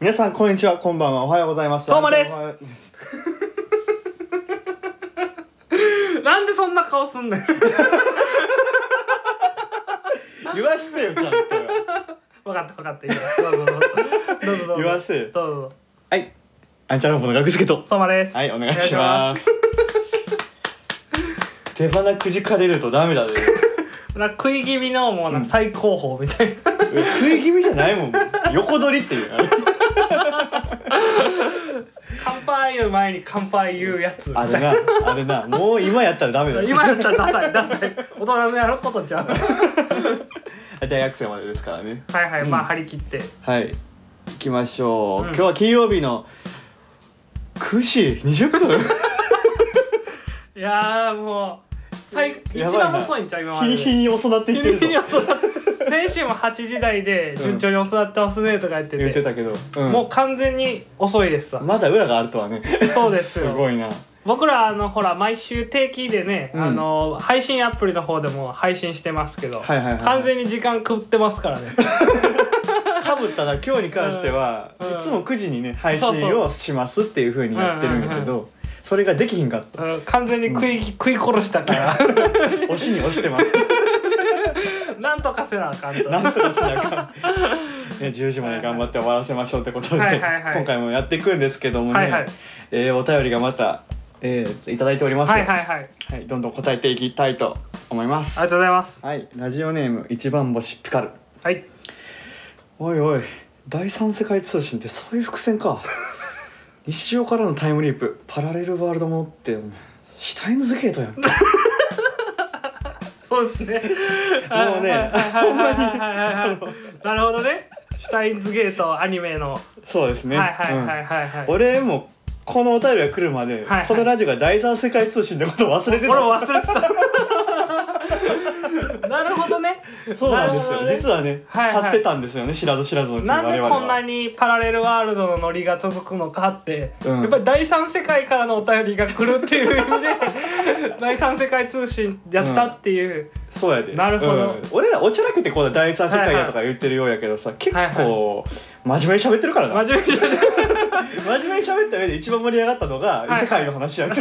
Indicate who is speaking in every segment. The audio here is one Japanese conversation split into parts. Speaker 1: 皆さんこんにちはこんばんはおはようございます
Speaker 2: どうもです
Speaker 1: おはよ
Speaker 2: なんでそんな顔すんねん
Speaker 1: 言わしてよちゃんと
Speaker 2: 分かった分かったいいよどうぞどうぞどうぞどうぞ
Speaker 1: 言わせよ
Speaker 2: どうぞどうぞ
Speaker 1: はいあんちゃんの方の学助と
Speaker 2: 相馬です
Speaker 1: はいお願いします手鼻くじかれるとダメだね
Speaker 2: すなんか食い気味のもうなんか最高峰みたいな、
Speaker 1: 食い気味じゃないもん横取りっていう
Speaker 2: 乾杯言う前に乾杯言うやつみた
Speaker 1: あ
Speaker 2: い
Speaker 1: れなあれなもう今やったらダメだ
Speaker 2: な
Speaker 1: よ
Speaker 2: 今やったらダサいダサい大人のやることじゃんは
Speaker 1: 大学生までですからね
Speaker 2: いはい、
Speaker 1: うん
Speaker 2: まあ張り切って
Speaker 1: はい行きましょう、
Speaker 2: うん
Speaker 1: 今日は金曜日の9時20分
Speaker 2: いやーもう最一
Speaker 1: やばいな
Speaker 2: 番遅いんちゃう今ま
Speaker 1: 日
Speaker 2: で
Speaker 1: に
Speaker 2: で
Speaker 1: 日に遅なってい
Speaker 2: 日
Speaker 1: ってる
Speaker 2: に
Speaker 1: ぞ
Speaker 2: 日に遅なって先週も8時台で順調に遅なってますねとか言ってて,、
Speaker 1: 言ってたけど、うん
Speaker 2: もう完全に遅いですわ
Speaker 1: まだ裏があるとはね
Speaker 2: そうです
Speaker 1: す
Speaker 2: よ
Speaker 1: ごいな
Speaker 2: 僕らあのほら毎週定期でね、
Speaker 1: うん
Speaker 2: あの配信アプリの方でも配信してますけど、
Speaker 1: はいはいはいはい
Speaker 2: 完全に時間食ってますから ね
Speaker 1: かぶったな今日に関しては、
Speaker 2: うん
Speaker 1: いつも9時にね配
Speaker 2: そうそ
Speaker 1: 信
Speaker 2: う
Speaker 1: をしますっていう風にやってるんやけど、それができひんかっ
Speaker 2: あの完全に食い,、食い殺したか ら
Speaker 1: た押しに押してます
Speaker 2: なんとかせなあかんと
Speaker 1: なんとかしなあかん、ね、10時ま で頑張って終わらせましょうってことで、
Speaker 2: はいはいはい
Speaker 1: 今回もやっていくんですけどもね、
Speaker 2: はいはい
Speaker 1: えーお便りがまた、えーいただいておりますよ
Speaker 2: はいはいはいあり
Speaker 1: はい、どんどん答えていきたいと思います
Speaker 2: がとうございます
Speaker 1: はいラジオネーム一番星ピカル
Speaker 2: はい
Speaker 1: おいおい第三世界通信ってそういう伏線 か日常からのタイムリープパラレルワールドものってお前シュタインズゲートやんも
Speaker 2: そう ですね
Speaker 1: うね
Speaker 2: はいはいはいはいはい はいはいなるほどねシュタインズゲートアニメの、
Speaker 1: そうですね
Speaker 2: はいはいは
Speaker 1: うん
Speaker 2: いはいはい、俺
Speaker 1: 俺もこのお便りが来るまで、
Speaker 2: はいはい
Speaker 1: このラジオが第三世界通信ってことを忘れてた
Speaker 2: も忘れ てた なるほどね
Speaker 1: そうなんです
Speaker 2: な
Speaker 1: よ、
Speaker 2: るほどね
Speaker 1: 実はね、
Speaker 2: はいはい
Speaker 1: 買ってたんですよね知らず知らずのうちに
Speaker 2: なんで
Speaker 1: 我々
Speaker 2: こ
Speaker 1: は
Speaker 2: んなにパラレルワールドのノリが続くのかって、
Speaker 1: うん
Speaker 2: やっぱり第三世界からのお便りが来るっていう意 味で第三世界通信やったっていう、
Speaker 1: そうやで
Speaker 2: なるほど
Speaker 1: うん俺らおちゃらけてこんな第三世界やとか言ってるようやけどさ、結構真面目に喋ってるからな、
Speaker 2: 真面目
Speaker 1: 真
Speaker 2: に
Speaker 1: 面目に喋った上で一番盛り上がったのが異
Speaker 2: はい
Speaker 1: 世界の話やね、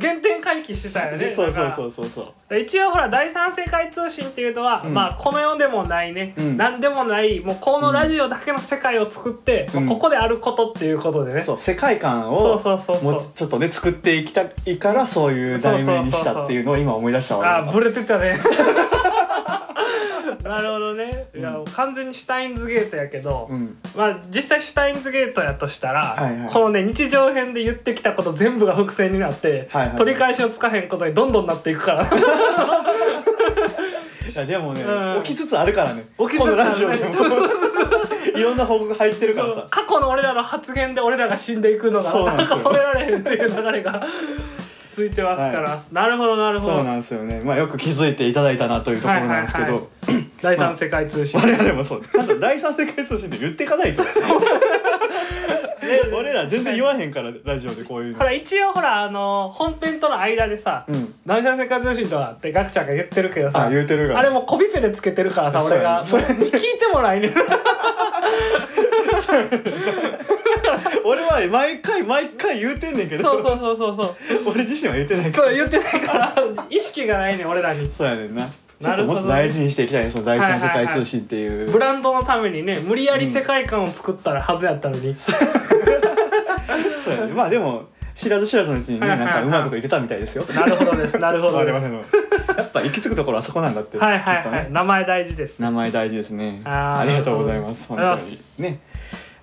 Speaker 2: 原点回帰してたよね
Speaker 1: そうそうそううそうそう
Speaker 2: 一応ほら第三世界通信っていうのは、
Speaker 1: うん
Speaker 2: まあこの世でもないね、
Speaker 1: うん
Speaker 2: 何でもないもうこのラジオだけの世界を作って、
Speaker 1: うん
Speaker 2: まあここであることっていうことでね、
Speaker 1: そう世界観
Speaker 2: そ
Speaker 1: を
Speaker 2: うそうそうそう
Speaker 1: もうちょっとね作っていきたいからそういう題名にしたっていうのを今思い出したわ
Speaker 2: あーブレてたね なるほどね、いや
Speaker 1: うん
Speaker 2: 完全にシュタインズゲートやけど、
Speaker 1: うん、
Speaker 2: まあ実際シュタインズゲートやとしたら、
Speaker 1: はいはい
Speaker 2: このね日常編で言ってきたこと全部が伏線になって、
Speaker 1: はいはい
Speaker 2: 取り返しをつかへんことにどんどんなっていくから
Speaker 1: いやでもね、
Speaker 2: うん
Speaker 1: 起きつつあるからね
Speaker 2: 起きつつある
Speaker 1: この
Speaker 2: ね
Speaker 1: ラジオで もいろんな報告入ってるからさ
Speaker 2: 過去の俺らの発言で俺らが死んでいくのが
Speaker 1: そうなんで
Speaker 2: な
Speaker 1: す
Speaker 2: ん
Speaker 1: よ
Speaker 2: か止められへんっていう流れが 続いてますから、
Speaker 1: は
Speaker 2: なるほどなるほ
Speaker 1: そう
Speaker 2: ど
Speaker 1: なんですよね、まあ、よく気づいていただいたなというところなんですけど、
Speaker 2: はいはい第三世界通信、
Speaker 1: 我々もそうちゃんと第三世界通信で言っていかない と俺ら全然言わへんからラジオでこういう
Speaker 2: ほ
Speaker 1: の、
Speaker 2: ら一応ほらあの本編との間でさ、
Speaker 1: うん、
Speaker 2: 第三世界通信とはってガクちゃんが言ってるけどさ
Speaker 1: あ言うてるが
Speaker 2: あれもうコピペでつけてるからさ
Speaker 1: そう
Speaker 2: 俺
Speaker 1: や
Speaker 2: が
Speaker 1: ね
Speaker 2: もう聞いてもな いね
Speaker 1: 俺は毎回毎回言うてんねんけど
Speaker 2: そうそうそうそうそう
Speaker 1: 俺自身は言ってないから
Speaker 2: そう言ってないから意識がないね俺らに
Speaker 1: そうやねんなちょ
Speaker 2: な
Speaker 1: っと
Speaker 2: るほ
Speaker 1: も
Speaker 2: ど
Speaker 1: っと
Speaker 2: ね
Speaker 1: 大事にしていきたいねその第三世界通信っていう、
Speaker 2: ブランドのためにね無理やり世界観を作ったらはずやったのに、
Speaker 1: そうやねまあでも知らず知らずのうちにね
Speaker 2: はいは
Speaker 1: ないん
Speaker 2: はい
Speaker 1: かうまいこと言ってたみたいですよ
Speaker 2: なるほどですなるほど
Speaker 1: 我
Speaker 2: で
Speaker 1: 々
Speaker 2: す
Speaker 1: のやっぱ行き着くところはそこなんだって
Speaker 2: はいは
Speaker 1: きっ
Speaker 2: い
Speaker 1: と
Speaker 2: は
Speaker 1: ね
Speaker 2: い名前大事です
Speaker 1: 名前大事ですね
Speaker 2: あー
Speaker 1: ありがとうございます
Speaker 2: あ
Speaker 1: 本
Speaker 2: りがとう
Speaker 1: 当にね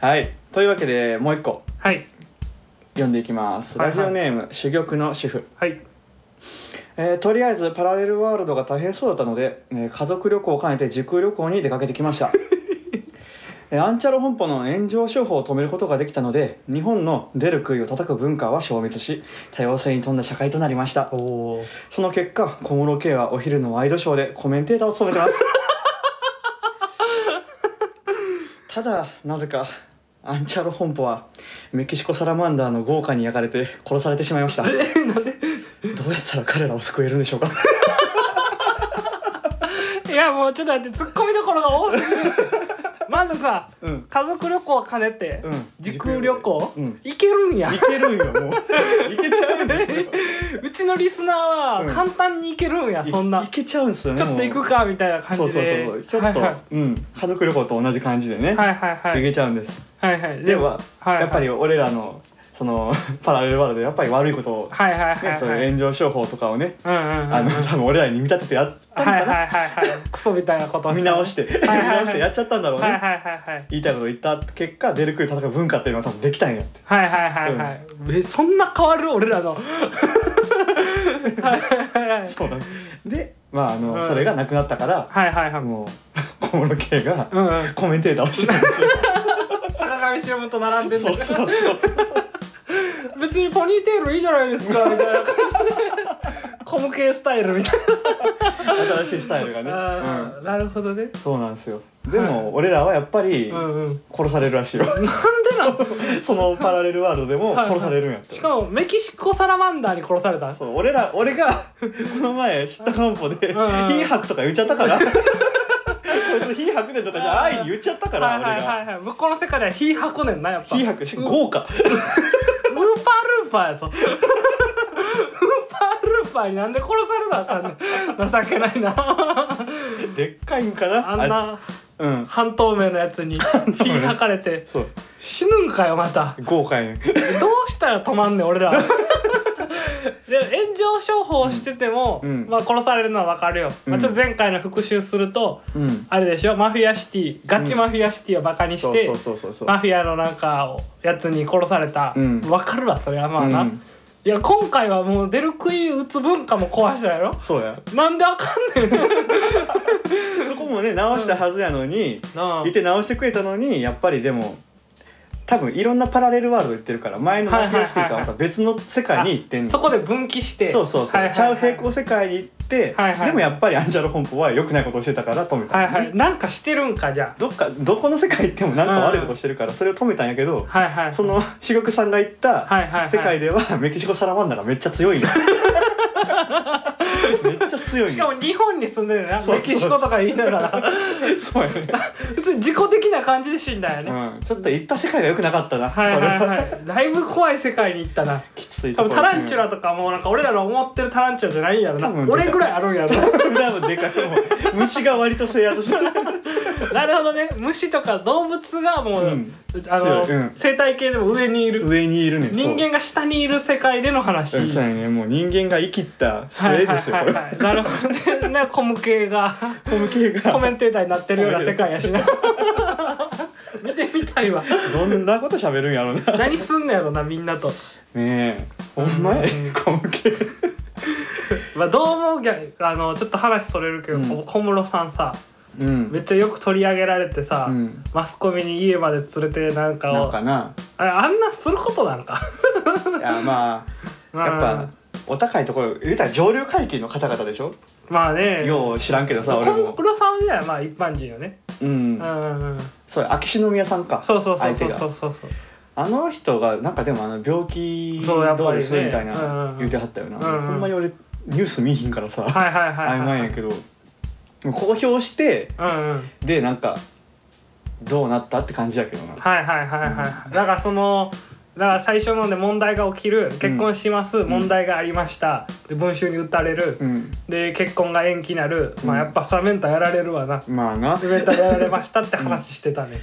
Speaker 1: はいというわけでもう一個
Speaker 2: はい
Speaker 1: 読んでいきます
Speaker 2: はい
Speaker 1: ラ
Speaker 2: は
Speaker 1: ジオ
Speaker 2: い
Speaker 1: ネーム、珠玉の主婦
Speaker 2: はい
Speaker 1: えーとりあえずパラレルワールドが大変そうだったので、えー家族旅行を兼ねて時空旅行に出かけてきました、えーアンチャロ本舗の炎上商法を止めることができたので日本の出る杭を叩く文化は消滅し多様性に富んだ社会となりました
Speaker 2: おおー
Speaker 1: その結果小室圭はお昼のワイドショーでコメンテーターを務めて ますただなぜかアンチャロ本舗はメキシコサラマンダーの豪華に焼かれて殺されてしまいましたどうやったら彼らを救えるんでしょうか
Speaker 2: いやもうちょっと待ってツッコミどころが多すぎるままずさ
Speaker 1: うん
Speaker 2: 家族旅行兼ねて、
Speaker 1: うん
Speaker 2: 時空旅行、
Speaker 1: うん
Speaker 2: 行けるんや
Speaker 1: 行けるんよもう行けちゃうんですよ
Speaker 2: うちのリスナー
Speaker 1: うん
Speaker 2: は簡単に行けるんや、そん
Speaker 1: い
Speaker 2: な
Speaker 1: 行けちゃうんすよね
Speaker 2: ちょっと行
Speaker 1: もう
Speaker 2: くかみたいな
Speaker 1: そ
Speaker 2: 感
Speaker 1: う
Speaker 2: じ
Speaker 1: そう
Speaker 2: で
Speaker 1: そうちょっと、
Speaker 2: はい
Speaker 1: うん家族旅行と同じ感じでね、
Speaker 2: はいはいはい
Speaker 1: 行けちゃうんです
Speaker 2: はいはい
Speaker 1: では、
Speaker 2: はいはい
Speaker 1: やっぱり俺らのその パラレルワールドでやっぱり悪いことを、ね
Speaker 2: はいはいはいはい
Speaker 1: そういう炎上商法とかをね、
Speaker 2: うんうんうん
Speaker 1: あの多分俺らに見立ててやったん
Speaker 2: はい
Speaker 1: だな、
Speaker 2: はいはいはいクソみたいなこと を
Speaker 1: 見
Speaker 2: した
Speaker 1: 直して、
Speaker 2: はいはいはい
Speaker 1: 見直してやっちゃったんだろうね、
Speaker 2: はいはいはいはい
Speaker 1: 言いたいこと言った結果出る杭叩く文化っていうのは多分できたんや って
Speaker 2: はいはいはいはい、えそんな変わる俺らのはいはいはい
Speaker 1: そうだねでまああの、
Speaker 2: うん
Speaker 1: それがなくなったから
Speaker 2: はいはいはい
Speaker 1: もう 小室圭が
Speaker 2: うんうん
Speaker 1: コメンテーターをしてたんですよ
Speaker 2: 坂上忍と並んでんだ
Speaker 1: そ
Speaker 2: け
Speaker 1: う
Speaker 2: ど
Speaker 1: そうそうそう
Speaker 2: 別にポニーテールいいじゃないですかみたいな感じでコム系スタイルみたい
Speaker 1: 新しいスタイルがね、
Speaker 2: な、
Speaker 1: うん
Speaker 2: あーなるほどね
Speaker 1: そうなんですよで
Speaker 2: は
Speaker 1: も俺らはやっぱり
Speaker 2: うんうん
Speaker 1: 殺されるらしいよ
Speaker 2: なんでな
Speaker 1: そのパラレルワールドでも
Speaker 2: はいはい
Speaker 1: 殺されるんやっ
Speaker 2: の
Speaker 1: て
Speaker 2: しかもメキシコサラマンダーに殺された
Speaker 1: そう俺ら俺がこの前知ったかんぽで「いい
Speaker 2: うん
Speaker 1: 白」とか言っちゃったからこいつ「火白ね」とかじゃあ愛に言っちゃったから
Speaker 2: はい
Speaker 1: 俺
Speaker 2: はいは
Speaker 1: が
Speaker 2: いはい向こうの世界では火箱ねんなやっ
Speaker 1: 「
Speaker 2: ぱ
Speaker 1: 火白」しかも豪華
Speaker 2: ウーパールーパーやぞウーパールーパーになんで殺されなあかんねん情けないな
Speaker 1: でっかいんかな
Speaker 2: あん
Speaker 1: っ
Speaker 2: な
Speaker 1: ちうん
Speaker 2: 半透明のやつ に火
Speaker 1: 明
Speaker 2: 吐かれて
Speaker 1: そう
Speaker 2: 死ぬんかよまた
Speaker 1: 豪華やねん
Speaker 2: どうしたら止まんね ん俺らで炎上商法してても、
Speaker 1: うんうん
Speaker 2: まあ、殺されるのはわかるよ、
Speaker 1: う
Speaker 2: まあ、
Speaker 1: ん
Speaker 2: ちょっと前回の復習すると
Speaker 1: うん
Speaker 2: あれでしょマフィアシティガチマフィアシティをバカにし
Speaker 1: そう
Speaker 2: て、
Speaker 1: そうそうそうそう
Speaker 2: マフィアのなんかやつに殺されたわ、
Speaker 1: うん
Speaker 2: かるわそれはまあな、
Speaker 1: うん
Speaker 2: いや今回はもう出る杭打つ文化も壊したやろ
Speaker 1: そうや
Speaker 2: なんであかん ねん
Speaker 1: そこもね直したはずやのに
Speaker 2: なあ
Speaker 1: いて直してくれたのにやっぱりでも多分いろんなパラレルワールド行ってるから前のマフィアシティとはまた別の世界に行ってんの
Speaker 2: そこで分岐して
Speaker 1: そうそうそう、
Speaker 2: はいはいはい
Speaker 1: ちゃう平行世界に行って、
Speaker 2: はいはい
Speaker 1: でもやっぱりアンジャロ本舗は良くないことをしてたから止めた、
Speaker 2: はいはいなんかしてるんかじゃ
Speaker 1: どっかどこの世界行ってもなんか悪いことしてるからそれを止めたんやけど、
Speaker 2: あはいはい
Speaker 1: そのしごくさんが行った
Speaker 2: はいはい、はい、
Speaker 1: 世界ではメキシコサラマンダがめっちゃ強いん だめっちゃ強い
Speaker 2: し
Speaker 1: ん
Speaker 2: か
Speaker 1: だ
Speaker 2: も日本に住んでるな
Speaker 1: そう
Speaker 2: メキシコとか言いな がら
Speaker 1: そうやね、
Speaker 2: 普通に自己的な感じで死んだよね、
Speaker 1: うん、ちょっと行った世界が良くなかったな、
Speaker 2: はいはい
Speaker 1: これ
Speaker 2: はいだいぶ怖い世界に行ったな
Speaker 1: きついと
Speaker 2: 多
Speaker 1: こ
Speaker 2: 分
Speaker 1: ろ
Speaker 2: タランチュラとかもなんか俺らの思ってるタランチュラじゃないんやろな
Speaker 1: 多分
Speaker 2: 俺ぐらいあるんやろ な
Speaker 1: うん多分でかいもう虫が割と制圧してる
Speaker 2: なるほどね虫とか動物がもう、
Speaker 1: うん
Speaker 2: あの、
Speaker 1: 強いうん
Speaker 2: 生態系でも上にいる
Speaker 1: 上にいるねんそう
Speaker 2: 人間が下にいる世界での話、
Speaker 1: うんそうやねもう人間が生きった末ですよこれ
Speaker 2: い、なるほどねなんかコム系 が
Speaker 1: コム系
Speaker 2: コメ
Speaker 1: が
Speaker 2: ンテーターになってるような世界やしな見てみたいわ
Speaker 1: どんなこと喋るんやろうな
Speaker 2: 何すんのやろなみんなと、
Speaker 1: ねえほんまや
Speaker 2: うん
Speaker 1: コム系
Speaker 2: まあ、どう思うぎゃあのちょっと話それるけど、
Speaker 1: うん
Speaker 2: こ小室さんさ
Speaker 1: うん
Speaker 2: めっちゃよく取り上げられてさ、
Speaker 1: うん
Speaker 2: マスコミに家まで連れてなんか
Speaker 1: なん
Speaker 2: を
Speaker 1: かな
Speaker 2: ああんなすることなんか
Speaker 1: い やまあやっぱお高いところ言うたら上流階級の方々でしょ
Speaker 2: うんまあね
Speaker 1: よう知らんけどさ俺
Speaker 2: 小
Speaker 1: も
Speaker 2: 室さんじゃまあ一般人よね、
Speaker 1: う
Speaker 2: うんんうんうん、
Speaker 1: そうや秋篠宮さんか
Speaker 2: そうそうそ
Speaker 1: 相
Speaker 2: うそ
Speaker 1: 手
Speaker 2: う
Speaker 1: が
Speaker 2: そうそうそう
Speaker 1: あの人がなんかでもあの病気
Speaker 2: そうやっ
Speaker 1: ど
Speaker 2: ぱ
Speaker 1: う
Speaker 2: りね
Speaker 1: ですみたい
Speaker 2: うんうんう
Speaker 1: なん言うてはったよな
Speaker 2: うんうん
Speaker 1: ほんまに俺ニュース見ひんからさ
Speaker 2: はいはいは
Speaker 1: 曖
Speaker 2: いはい
Speaker 1: 昧やけど公表して
Speaker 2: うんうん
Speaker 1: でなんかどうなったって感じやけどな
Speaker 2: はいはいはいはいだからそのだから最初のね問題が起きる結婚します、
Speaker 1: ん
Speaker 2: 問題がありましたで文集に打たれる、
Speaker 1: うん
Speaker 2: で結婚が延期なる、ま
Speaker 1: う
Speaker 2: あ
Speaker 1: ん
Speaker 2: やっぱサメンタやられるわな、
Speaker 1: まあな、
Speaker 2: サメンタやられましたって話して たね、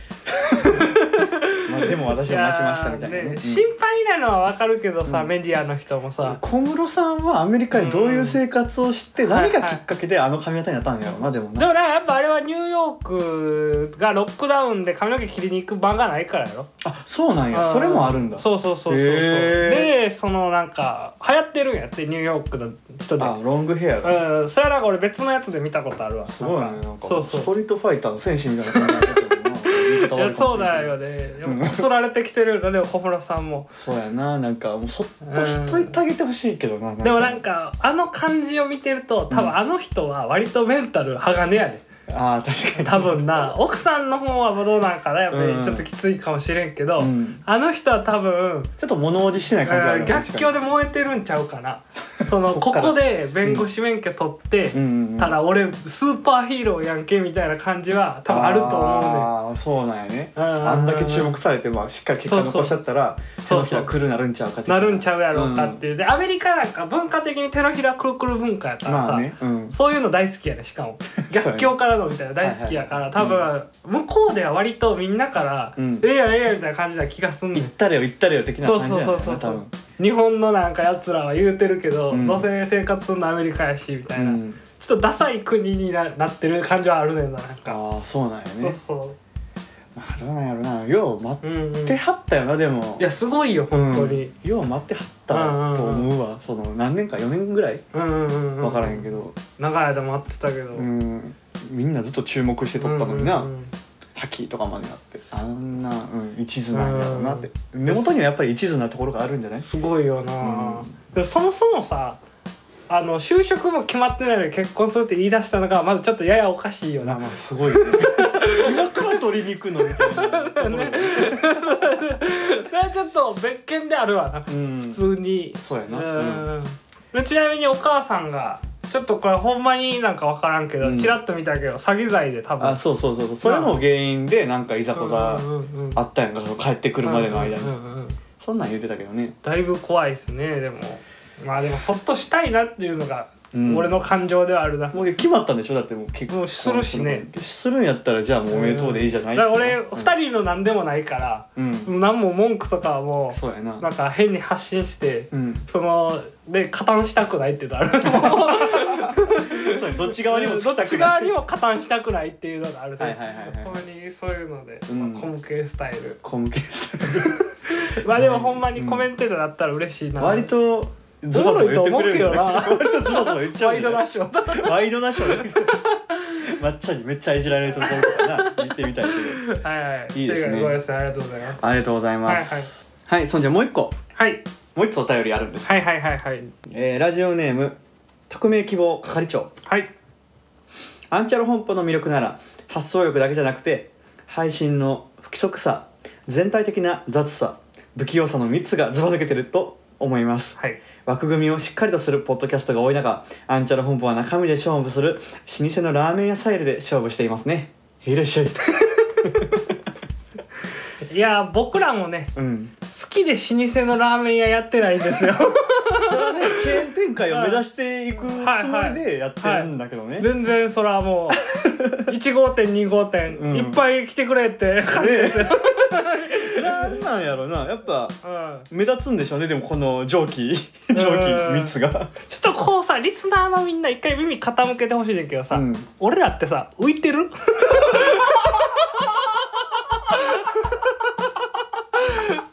Speaker 1: まあ、でも私
Speaker 2: いや
Speaker 1: は
Speaker 2: ー
Speaker 1: 待ちましたみたいなね
Speaker 2: ね
Speaker 1: うん
Speaker 2: 心配なのはわかるけどさ、
Speaker 1: うん
Speaker 2: メディアの人もさ、
Speaker 1: 小室さんはアメリカでどういう生活をして
Speaker 2: うん
Speaker 1: 何がきっかけであの髪型になったんやろうなでも
Speaker 2: で
Speaker 1: な
Speaker 2: もなんかやっぱあれはニューヨークがロックダウンで髪の毛切りに行く場がないからやろ
Speaker 1: あそうなんやそれもあるんだ
Speaker 2: そうそうそうそうそう
Speaker 1: へー
Speaker 2: でそのなんか流行ってるんやってニューヨークの人で
Speaker 1: あロングヘアが
Speaker 2: うん、それはなんか俺別のやつで見たことあるわ
Speaker 1: すごいねなんか
Speaker 2: そうそう
Speaker 1: ストリートファイターの戦士みたいな感じになってるけどな言い方
Speaker 2: い
Speaker 1: 悪
Speaker 2: や
Speaker 1: いかもしれんけどうん
Speaker 2: そうだよねこすられてきてるよなでも小室さんも
Speaker 1: そうやななんかもうそっとしといてあげてほしいけどな
Speaker 2: でもなんかあの感じを見てると多分あの人は割とメンタル鋼やで、
Speaker 1: ああ確かに
Speaker 2: 多分な奥さんの方はどうなんかなやっぱ
Speaker 1: うん
Speaker 2: りちょっときついかもしれんけど、
Speaker 1: うん
Speaker 2: あの人は多分
Speaker 1: ちょっと物おじしてない感じある
Speaker 2: うん
Speaker 1: ね
Speaker 2: 逆境で燃えてるんちゃうかなその
Speaker 1: こっ
Speaker 2: こ
Speaker 1: から
Speaker 2: こで弁護士免許取って、
Speaker 1: うんうんうん
Speaker 2: ただ俺スーパーヒーローやんけみたいな感じは多分あると思
Speaker 1: ああそうなんやね
Speaker 2: うんうんうん
Speaker 1: あんだけ注目されて、まあ、しっかり結果残しちゃったら手
Speaker 2: そう
Speaker 1: のひらくるなるんちゃうかって
Speaker 2: うねんなるんちゃうやろうかっていう、でアメリカなんか文化的に手のひらくるくる文化やからさ、
Speaker 1: まあねうん
Speaker 2: そういうの大好きやねしか も
Speaker 1: そうやね
Speaker 2: 逆境からのみたいな大好きやから、
Speaker 1: はいはいは
Speaker 2: 多分、向こうでは割とみんなから「
Speaker 1: うん
Speaker 2: ええやんええやん」みたいな感じな気がすんね
Speaker 1: 行っ
Speaker 2: ん。
Speaker 1: たれよ行ったれよ的な
Speaker 2: そう
Speaker 1: 感じ
Speaker 2: そ
Speaker 1: や
Speaker 2: う
Speaker 1: ねん
Speaker 2: そ
Speaker 1: な
Speaker 2: うそ
Speaker 1: 多
Speaker 2: う
Speaker 1: 分
Speaker 2: 日本のなんかやつらは言うてるけど、
Speaker 1: うん
Speaker 2: どうせ生活するのアメリカやしみたいな、
Speaker 1: うん
Speaker 2: ちょっとダサい国にななってる感じはあるねんななんか、
Speaker 1: ああそうなんや
Speaker 2: そう
Speaker 1: ね
Speaker 2: そ
Speaker 1: まあどうなんやろなよう待
Speaker 2: ううん、うん、
Speaker 1: って
Speaker 2: い
Speaker 1: はったよなでも
Speaker 2: やすごいよ
Speaker 1: うん
Speaker 2: 本当に
Speaker 1: よう待ってはったと思うわその何年か4年ぐらい
Speaker 2: うんうんうん、うん、
Speaker 1: 分からへんけど
Speaker 2: 長い間待ってたけど、
Speaker 1: う
Speaker 2: うん
Speaker 1: んみんなずっと注目して撮ったのにな
Speaker 2: うんうん
Speaker 1: 覇気とかまでなってあんなうん一途なんやろうなって根元にはやっぱり一途なところがあるんじゃない
Speaker 2: すごいよな、
Speaker 1: うん
Speaker 2: でもそもそもさあの就職も決まってないのに結婚するって言い出したのがまずちょっとややおかしいよな
Speaker 1: まあすごいよね 今から取りに行くのみたいなところが
Speaker 2: それはちょっと別件であるわな
Speaker 1: うん
Speaker 2: 普通に
Speaker 1: そうや
Speaker 2: う
Speaker 1: なうん
Speaker 2: ん、ちなみにお母さんがちょっとこれほんまになんか分からんけど、
Speaker 1: うん
Speaker 2: チラッと見たけど詐欺罪で多分
Speaker 1: あそうそうそうそうそれも原因でなんかいざこざ
Speaker 2: うんうんうんうん
Speaker 1: あったやんかその帰ってくるまでの間
Speaker 2: うんう
Speaker 1: に
Speaker 2: んうん
Speaker 1: そんなん言ってたけどね
Speaker 2: だいぶ怖いですねでもまあでもそっとしたいなっていうのが
Speaker 1: うん
Speaker 2: 俺の感情ではあるな、
Speaker 1: もう決まったんでしょだってもう結婚
Speaker 2: もうするしね
Speaker 1: するんやったらじゃあもうおめでとうでいいじゃない
Speaker 2: だから俺
Speaker 1: うん
Speaker 2: 2人の何でもないから、
Speaker 1: うん
Speaker 2: 何も文句とかはも
Speaker 1: そうや
Speaker 2: うな
Speaker 1: なん
Speaker 2: か変に発信して、
Speaker 1: うん
Speaker 2: そので加担したくないっていうのある
Speaker 1: そうやどっち側にもつ
Speaker 2: ど
Speaker 1: き
Speaker 2: ったち
Speaker 1: くな
Speaker 2: 側
Speaker 1: い
Speaker 2: にも加担したくないっていうのがある
Speaker 1: はいはいはいはい
Speaker 2: ほんまにそういうので、
Speaker 1: うん
Speaker 2: まあコム系スタイル
Speaker 1: 小向けした
Speaker 2: まあでもほんまにコメンテーターだったら嬉しいな、
Speaker 1: 割とズバズバ言ってくれるよね
Speaker 2: おもろいと思
Speaker 1: 割とズバズバ言っちゃ
Speaker 2: ワ
Speaker 1: う
Speaker 2: イ
Speaker 1: よ
Speaker 2: ド
Speaker 1: ね
Speaker 2: ナショーと
Speaker 1: ワイドナショーね まっちゃんにめっちゃいじられるところとかな見てみたいけど
Speaker 2: はいはい
Speaker 1: いいですね
Speaker 2: とうことごめんなさいありがとうございます
Speaker 1: ありがとうござい
Speaker 2: は
Speaker 1: ま
Speaker 2: い
Speaker 1: すはいそんじゃもう一個
Speaker 2: はい
Speaker 1: もう一つお便りあるんです
Speaker 2: はいはいはいはい
Speaker 1: えーラジオネーム匿名希望係長
Speaker 2: はい
Speaker 1: アンチャル本舗の魅力なら発想力だけじゃなくて配信の不規則さ全体的な雑さ不器用さの3つがずば抜けてると思います
Speaker 2: はい
Speaker 1: 枠組みをしっかりとするポッドキャストが多い中アンチャル本舗は中身で勝負する老舗のラーメン屋スタイルで勝負していますねいらっしゃい
Speaker 2: いや僕らもね
Speaker 1: うん
Speaker 2: 好きで老舗のラーメン屋やってないんですよ
Speaker 1: それはねチェーン展開を目指していくつもりでやってるんだけどね、
Speaker 2: 全然そらも う1号店2号店、
Speaker 1: うん
Speaker 2: いっぱい来てくれって感じですよ、
Speaker 1: ねなんなんやろなやっぱ
Speaker 2: うん、
Speaker 1: 目立つんでしょうねでもこの蒸気蒸気3つが
Speaker 2: ちょっとこうさリスナーのみんな一回耳傾けてほしいねんだけどさ、
Speaker 1: うん
Speaker 2: 俺らってさ浮い てる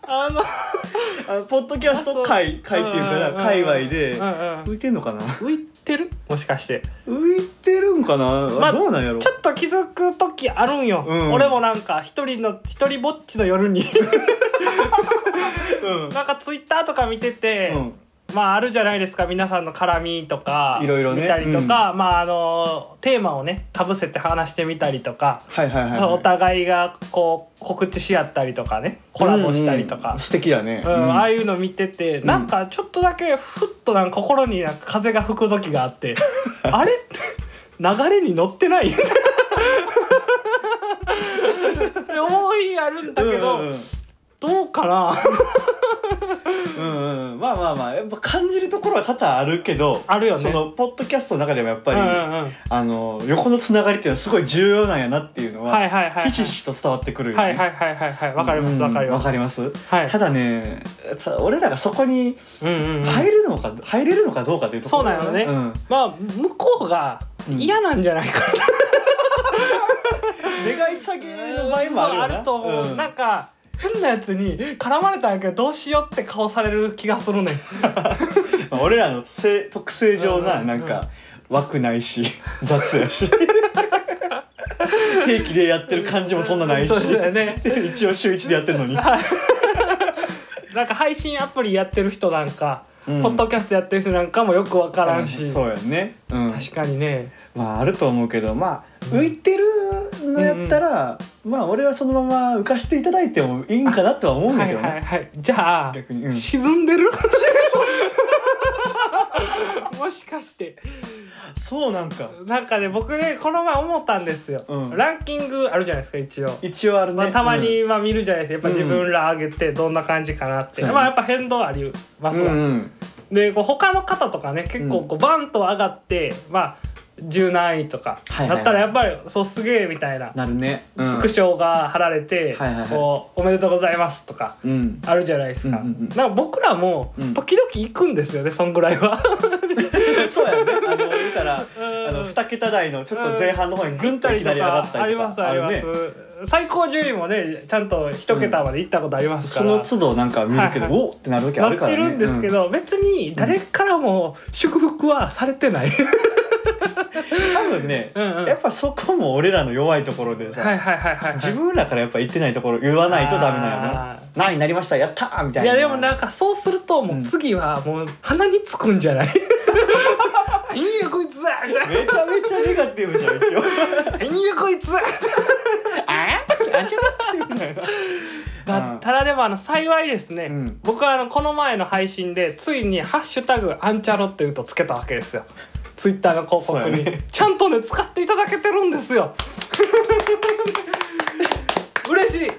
Speaker 2: あの
Speaker 1: あのポッドキャスト界界っていうかな界隈で
Speaker 2: うんうん
Speaker 1: 浮いてんのかな
Speaker 2: 浮いてるもしかして
Speaker 1: 浮いてるんかな、
Speaker 2: まあ
Speaker 1: どうなんやろ
Speaker 2: ちょっと気づく時あるんよ、
Speaker 1: うん
Speaker 2: 俺もなんか一人の一人ぼっちの 夜に
Speaker 1: うん
Speaker 2: なんかツイッターとか見てて、
Speaker 1: うん
Speaker 2: まああるじゃないですか皆さんの絡みとか
Speaker 1: いろいろね
Speaker 2: 見たりとか、まああのテーマをねかぶせて話してみたりとか、
Speaker 1: はいはいはい、
Speaker 2: お互いがこう告知し合ったりとかねコラボしたりと
Speaker 1: うんう
Speaker 2: か
Speaker 1: ん、素敵だね、
Speaker 2: うんああ
Speaker 1: い
Speaker 2: いうの見てて、
Speaker 1: ん
Speaker 2: なんかちょっとだけふっとなんか心になんか風が吹く時があって あれ流れに乗ってないって思いあるんだけど、
Speaker 1: うんうん
Speaker 2: どうかな
Speaker 1: うんうんまあまあまあやっぱ感じるところは多々あるけど
Speaker 2: あるよね
Speaker 1: そのポッドキャストの中でもやっぱり、
Speaker 2: うんうんうん
Speaker 1: あの横のつながりっていうのはすごい重要なんやなっていうのは,、
Speaker 2: はいはいはいはい
Speaker 1: ひしひしと伝わってくるよね
Speaker 2: はいはいはいはいはいわかりま
Speaker 1: う
Speaker 2: す
Speaker 1: ん
Speaker 2: わかりま
Speaker 1: わ
Speaker 2: す、
Speaker 1: かります
Speaker 2: はい
Speaker 1: ただねた俺らがそこに
Speaker 2: うんうんうん
Speaker 1: 入るのか、入れるのかどうかっていうところだ
Speaker 2: そうなの
Speaker 1: うん、
Speaker 2: まあ向こうが嫌なんじゃないかな、
Speaker 1: 願い下げの場合もあるよな
Speaker 2: と思う、
Speaker 1: ん
Speaker 2: なんか変なやつに絡まれたんやけどどうしようって顔される気がするねん
Speaker 1: まあ俺らのせ特性上
Speaker 2: うんうん
Speaker 1: な
Speaker 2: うん
Speaker 1: なんか枠ないし 雑やし定期でやってる感じもそんなないし
Speaker 2: そう だよね
Speaker 1: 一応週一でやってるのに
Speaker 2: なんか配信アプリやってる人なんか
Speaker 1: うん
Speaker 2: ポッドキャストやってる人なんかもよくわからんし、
Speaker 1: そうやんね、うん、
Speaker 2: 確かにね
Speaker 1: まああると思うけどまあ
Speaker 2: うん
Speaker 1: 浮いてるのやったら、まあ俺はそのまま浮かしていただいてもいいんかなとは思うんだ
Speaker 2: は
Speaker 1: け
Speaker 2: い
Speaker 1: どね、
Speaker 2: はいはいじゃあ
Speaker 1: 逆に、うん
Speaker 2: 沈んでる もしかして
Speaker 1: そうなんか
Speaker 2: なんかね僕ねこの前思ったんですよ、
Speaker 1: うん
Speaker 2: ランキングあるじゃないですか一応、
Speaker 1: 一応あるね、
Speaker 2: まあ、たま
Speaker 1: うん
Speaker 2: にまあ見るじゃないですかやっぱ自分ら上げてどんな感じかなって、
Speaker 1: うん
Speaker 2: まあやっぱ変動あります
Speaker 1: うん
Speaker 2: わ、
Speaker 1: うん
Speaker 2: でこう他の方とかね結構こうバンと上がって、まあ10何位とか
Speaker 1: はいはいはい
Speaker 2: だったらやっぱり「そうすげえ」みたいな
Speaker 1: なるね、うん、
Speaker 2: スクショが貼られて
Speaker 1: はいはいはい
Speaker 2: こうおめでとうございます」とか
Speaker 1: うん
Speaker 2: あるじゃないですか。
Speaker 1: うんうんうん
Speaker 2: なんか僕らも
Speaker 1: うん
Speaker 2: 時々行くんですよね、そんぐらい は。
Speaker 1: そうやねあの見 たらあ
Speaker 2: あ
Speaker 1: の2桁台のちょっと前半の方にぐんといきなり上がったりとか
Speaker 2: ありますあります。
Speaker 1: るね
Speaker 2: 最高順位もねちゃんと一桁まで行ったことあります
Speaker 1: そ
Speaker 2: から。
Speaker 1: の都度なんか見るけど、
Speaker 2: はいは
Speaker 1: おっってなる時あ
Speaker 2: な
Speaker 1: る
Speaker 2: っ
Speaker 1: から
Speaker 2: て
Speaker 1: ね
Speaker 2: るんですけ、ど、別に誰からも祝福はされてない。
Speaker 1: うん多分ね
Speaker 2: うんうん
Speaker 1: やっぱそこも俺らの弱いところでさ、
Speaker 2: はいはいはいはい。
Speaker 1: 自分らからやっぱ言ってないところ言わないとダメなんやな
Speaker 2: あー
Speaker 1: 何位になりましたやったーみたい
Speaker 2: い
Speaker 1: な
Speaker 2: やでもなんかそうするともう次はもう鼻につくんじゃないいいよ こいつだみたい
Speaker 1: めちゃめちゃネガティブじゃん 一応
Speaker 2: な「いいよこいつ!」
Speaker 1: あーあじゃなくてみたいな
Speaker 2: だったらでもあの幸いですね、
Speaker 1: うん
Speaker 2: 僕はあのこの前の配信でついに「ハッシュタグアンチャロ」っていうとつけたわけですよツイッターの広告
Speaker 1: そうや
Speaker 2: に、
Speaker 1: ね
Speaker 2: ちゃんとね使っていただけてるんで すよ嬉しい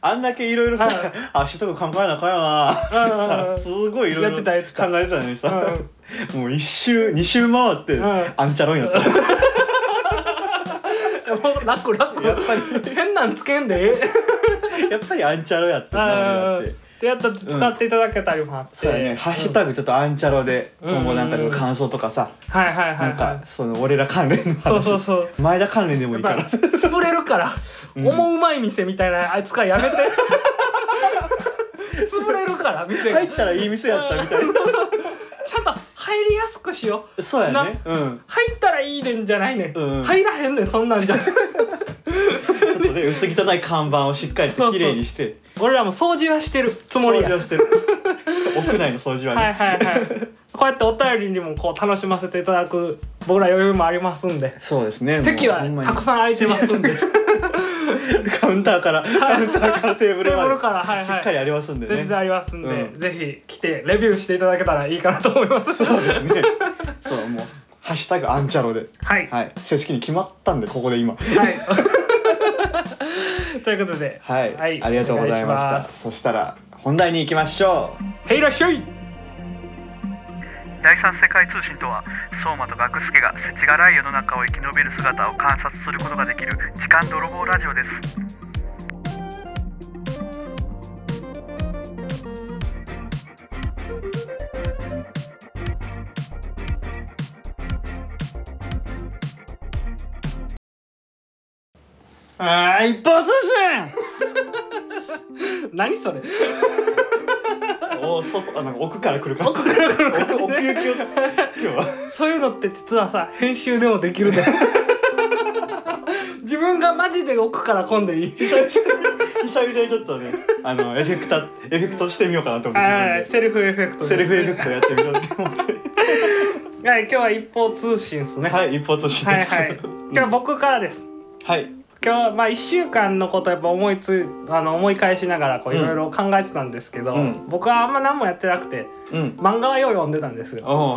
Speaker 1: あんだけいろいろさ
Speaker 2: はい
Speaker 1: 「あしとく考えなあかんよな」
Speaker 2: うんうんう
Speaker 1: っ
Speaker 2: ん
Speaker 1: てさすごいいろい
Speaker 2: や
Speaker 1: ろ
Speaker 2: って
Speaker 1: 考
Speaker 2: たや
Speaker 1: え
Speaker 2: っ
Speaker 1: た
Speaker 2: ててた
Speaker 1: のにさ
Speaker 2: うん
Speaker 1: もう一周二周回って
Speaker 2: うん
Speaker 1: あんちゃろになった
Speaker 2: もう楽楽
Speaker 1: やっぱり
Speaker 2: 変なんつけんでええ
Speaker 1: やっぱりあんちゃろやってな俺らっ
Speaker 2: っててやったら使っていただけたりもあって、
Speaker 1: そうやね「ハッシュタグちょっとあんちゃろ」で
Speaker 2: うん
Speaker 1: 今後なんかの感想とかさ
Speaker 2: はいはいは
Speaker 1: な
Speaker 2: いは
Speaker 1: ん
Speaker 2: い
Speaker 1: かその俺ら関連の
Speaker 2: そうそう
Speaker 1: 話
Speaker 2: そう
Speaker 1: 前田関連でも
Speaker 2: や
Speaker 1: いい
Speaker 2: っぱ
Speaker 1: から
Speaker 2: 潰れるから、
Speaker 1: うん
Speaker 2: 思うまい店みたいなあいつからや めて潰れるから店が
Speaker 1: 入ったらいい店やったみたいな
Speaker 2: ちゃんと入りやすくしよう
Speaker 1: そうやねうん
Speaker 2: 入ったらいいねんじゃないねん、
Speaker 1: うんうん
Speaker 2: 入らへんねんそ んなんじゃ
Speaker 1: ちょっとね薄汚い看板をしっかりと綺麗にして
Speaker 2: 俺らも掃除はしてるつもりや
Speaker 1: 掃除をしてる屋内の掃除は
Speaker 2: はい
Speaker 1: ね
Speaker 2: はいはいこうやってお便りにもこう楽しませていただく僕ら余裕もありますんで
Speaker 1: そうですね
Speaker 2: 席は
Speaker 1: もうほんまに
Speaker 2: たくさん空いてますんで
Speaker 1: カウンターからカウンターからテーブルまで
Speaker 2: テーブルからはいはい
Speaker 1: しっかりありますんでね
Speaker 2: 全然ありますんで、
Speaker 1: うん
Speaker 2: ぜひ来てレビューしていただけたらいいかなと思います
Speaker 1: そうですねそうもう「ハッシュタグアンチャロで」
Speaker 2: はい
Speaker 1: はい、正式に決まったんでここで今
Speaker 2: はい。 ということで、
Speaker 1: はい、
Speaker 2: はい
Speaker 1: ありがとうございまし
Speaker 2: お願
Speaker 1: た
Speaker 2: いします
Speaker 1: そしたら本題に行きましょう
Speaker 2: へいらっしゃい。
Speaker 3: 第三世界通信とは相馬と学助が世知辛い世の中を生き延びる姿を観察することができる時間泥棒ラジオです
Speaker 1: はい一方通
Speaker 2: 何それ。
Speaker 1: 信お外あなんか奥から来るか
Speaker 2: 奥から来る感じ
Speaker 1: 奥奥行きを今日は
Speaker 2: そういうのって実はさ、編集でもでき るね。自分がマジで奥から混んでいい。
Speaker 1: 久々に久々にちょっとねあのエフェクタエフェクトしてみようかなと思って自
Speaker 2: はい、
Speaker 1: 分
Speaker 2: セルフエフェクト
Speaker 1: で
Speaker 2: です。
Speaker 1: セルフエフェクトやってみようと思って
Speaker 2: はい、今日は一方通信ですね。、
Speaker 1: はいい一方通信
Speaker 2: はい、
Speaker 1: です
Speaker 2: はい。今日は僕からです。
Speaker 1: はい
Speaker 2: 今日はまあ1週間のことやっぱ思いつあの思い返しながらこう
Speaker 1: うん
Speaker 2: いろいろ考えてたんですけど、
Speaker 1: うん
Speaker 2: 僕はあんま何もやってなくて
Speaker 1: うん
Speaker 2: 漫画はよう読んでたんですよ
Speaker 1: おう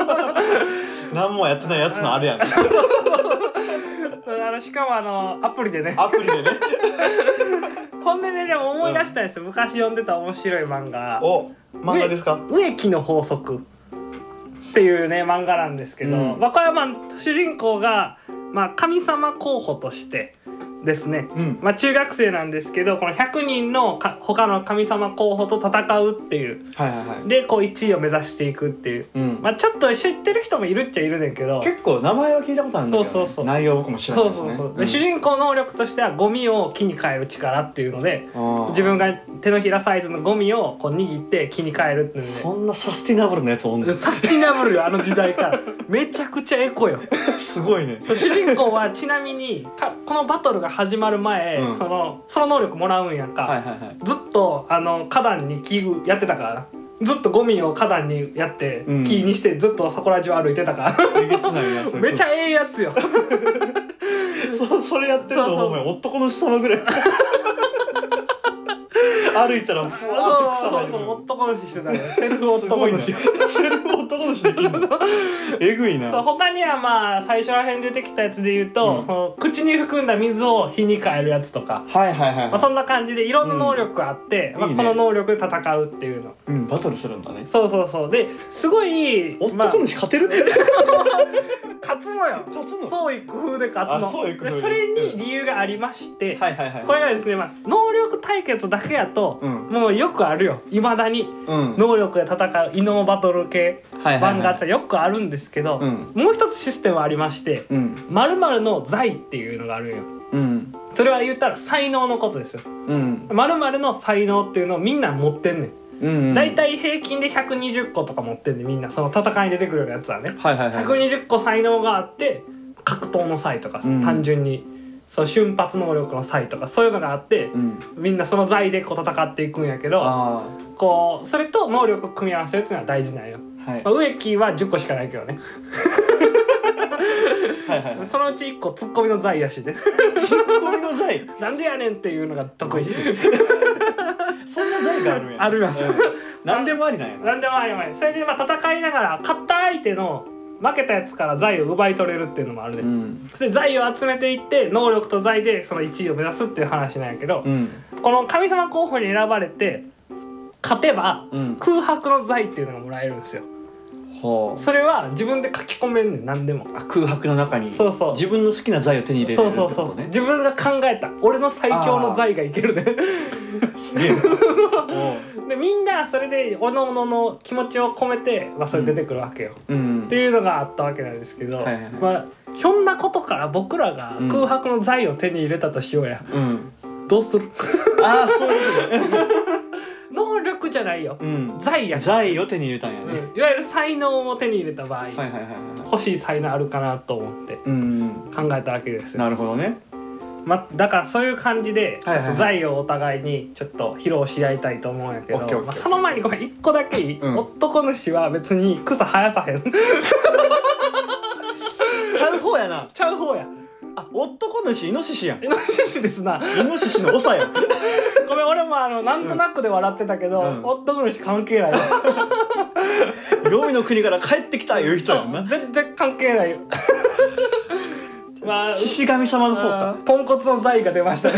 Speaker 1: 何もやってないやつのあれやん
Speaker 2: あのしかもあのアプリでね
Speaker 1: アプリでね
Speaker 2: ほんでねでも思い出したんですよ、昔読んでた面白い漫画
Speaker 1: お漫画ですか
Speaker 2: 植木の法則っていうね漫画なんですけ
Speaker 1: う
Speaker 2: ど、
Speaker 1: ん
Speaker 2: まあこれはまあ主人公が、まあ、神様候補としてですね、
Speaker 1: うん
Speaker 2: まあ、中学生なんですけどこの100人のか他の神様候補と戦うっていう
Speaker 1: はいはいはい
Speaker 2: でこう1位を目指していくっていう、
Speaker 1: うん
Speaker 2: まあ、ちょっと知ってる人もいるっちゃいるねんけど
Speaker 1: 結構名前は聞いたことあるんだけど、ね、
Speaker 2: そうそうそう
Speaker 1: 内容僕も知らない
Speaker 2: そう
Speaker 1: です
Speaker 2: そう
Speaker 1: ね
Speaker 2: そう、で主人公の能力としてはゴミを木に変える力っていうので
Speaker 1: 公
Speaker 2: 自分が手のひらサイズのゴミをこう握って木に変えるっていうね
Speaker 1: そんなサスティナブルなやつおんねん
Speaker 2: サスティナブルよあの時代から めちゃくちゃエコよ
Speaker 1: すごいね
Speaker 2: そう主人公はちなみにかこのバトルが始まる前、
Speaker 1: うん
Speaker 2: そのその能力もらうんやんか、
Speaker 1: はいはいはい
Speaker 2: ずっとあの花壇に器具やってたからなずっとゴミを花壇にやって、
Speaker 1: うん
Speaker 2: 木にしてずっとそこら中歩いてたから
Speaker 1: えげつないなそ
Speaker 2: めちゃええや つよ
Speaker 1: そそれやってると思うよ男の子様ぐらい 歩いたらふ
Speaker 2: そう
Speaker 1: わーって草生えて
Speaker 2: そうそう
Speaker 1: く
Speaker 2: 男の子して たからセル
Speaker 1: るすごいなセルフ
Speaker 2: フ男の子
Speaker 1: 男の子できんのえぐい
Speaker 2: そう
Speaker 1: な
Speaker 2: 他にはまあ最初らへん出てきたやつで言うと、
Speaker 1: うん
Speaker 2: その口に含んだ水を火に変えるやつとか、
Speaker 1: はいはいはい、
Speaker 2: まあ、そんな感じでいろんな能力があって、
Speaker 1: うん
Speaker 2: まあ、
Speaker 1: いいね
Speaker 2: この能力で戦うっていうの
Speaker 1: うんバトルするんだね
Speaker 2: そうそうそうですごい、まあ
Speaker 1: 男の子勝てる、
Speaker 2: 勝つのよ
Speaker 1: 勝つの
Speaker 2: 創意工夫で勝つの
Speaker 1: あ創意工夫
Speaker 2: でそれに理由がありまして、
Speaker 1: はいはいはい
Speaker 2: これがですね、まあ、能力対決だけやと、
Speaker 1: うん
Speaker 2: もうよくあるよいまだに
Speaker 1: うん
Speaker 2: 能力で戦う異能バトル系
Speaker 1: はいはい
Speaker 2: 漫画っ
Speaker 1: はい
Speaker 2: てよくあるんですけど、
Speaker 1: うん
Speaker 2: もう一つシステムありまして
Speaker 1: うん
Speaker 2: 〇〇の財っていうのがあるんよ
Speaker 1: うん
Speaker 2: それは言ったら才能のことですよ
Speaker 1: うん
Speaker 2: 〇〇の才能っていうのをみんな持ってんねん
Speaker 1: うん
Speaker 2: 大体、平均で120個とか持ってんねんみんなその戦いに出てくるやつはね
Speaker 1: はいはいはい
Speaker 2: 120個才能があって格闘の才とかさ、
Speaker 1: うん
Speaker 2: 単純にそう瞬発能力の才とかそういうのがあって
Speaker 1: うん
Speaker 2: みんなその財でこう戦っていくんやけど
Speaker 1: あ
Speaker 2: こうそれと能力を組み合わせるっていうのは大事なんよ、
Speaker 1: あはい
Speaker 2: まあ、植木は10個しかないけどね
Speaker 1: はいはいはい
Speaker 2: そのうち1個ツッコミの財やしね
Speaker 1: ツッコミの財
Speaker 2: なんでやねんっていうのが得意
Speaker 1: そんな財があるんや
Speaker 2: あるやん
Speaker 1: うんなんでもありなんやな
Speaker 2: なんでもありまそれでまあ戦いながら勝った相手の負けたやつから財を奪い取れるっていうのもあるね、
Speaker 1: うん
Speaker 2: それで財を集めていって能力と財でその1位を目指すっていう話なんやけど、
Speaker 1: うん
Speaker 2: この神様候補に選ばれて勝てば
Speaker 1: うん
Speaker 2: 空白の財っていうのがもらえるんですよ
Speaker 1: ほう
Speaker 2: それは自分で書き込めんねん何でも
Speaker 1: あ空白の中に
Speaker 2: そうそう
Speaker 1: 自分の好きな財を手に入れら
Speaker 2: そ
Speaker 1: れるっ
Speaker 2: うそう
Speaker 1: て
Speaker 2: そ
Speaker 1: こと
Speaker 2: う
Speaker 1: ね
Speaker 2: 自分が考えた俺の最強の財がいけるね
Speaker 1: すげえ なおう
Speaker 2: でみんなそれでおのおのの気持ちを込めて、まあ、それ出てくるわけよ、
Speaker 1: うん
Speaker 2: っていうのがあったわけなんですけど、
Speaker 1: はいはいはい
Speaker 2: まあひょんなことから僕らが
Speaker 1: うん
Speaker 2: 空白の財を手に入れたとしようや、
Speaker 1: うん
Speaker 2: どうする
Speaker 1: ああそういうことね
Speaker 2: 能力じゃないよ
Speaker 1: うん
Speaker 2: 財やから
Speaker 1: 財を手に入れたんやね
Speaker 2: うんいわゆる才能を手に入れた場合、
Speaker 1: はいはいはいはい
Speaker 2: 欲しい才能あるかなと思って
Speaker 1: うん
Speaker 2: 考えたわけですよ、
Speaker 1: なるほどね
Speaker 2: まあ、だからそういう感じでちょ
Speaker 1: はいはい
Speaker 2: っ
Speaker 1: はい
Speaker 2: と財をお互いにちょっと披露し合いたいと思うんやけど、
Speaker 1: オッケーオッケー
Speaker 2: まあ、その前にごめん一個だけいい、
Speaker 1: うん
Speaker 2: 男主は別に草生やさへん
Speaker 1: ちゃう方やな
Speaker 2: ちゃう方や
Speaker 1: あ男主イノシシやん
Speaker 2: イノシシですな
Speaker 1: イノシシの長やん
Speaker 2: ごめん俺もあのなんとなくで笑ってたけど、
Speaker 1: うん
Speaker 2: 男の人関 係ない
Speaker 1: 黄泉の国から帰ってきたいう人やんな
Speaker 2: 全然関係ないよまあ
Speaker 1: 獅子神様の方か
Speaker 2: ポンコツの財が出 ましたね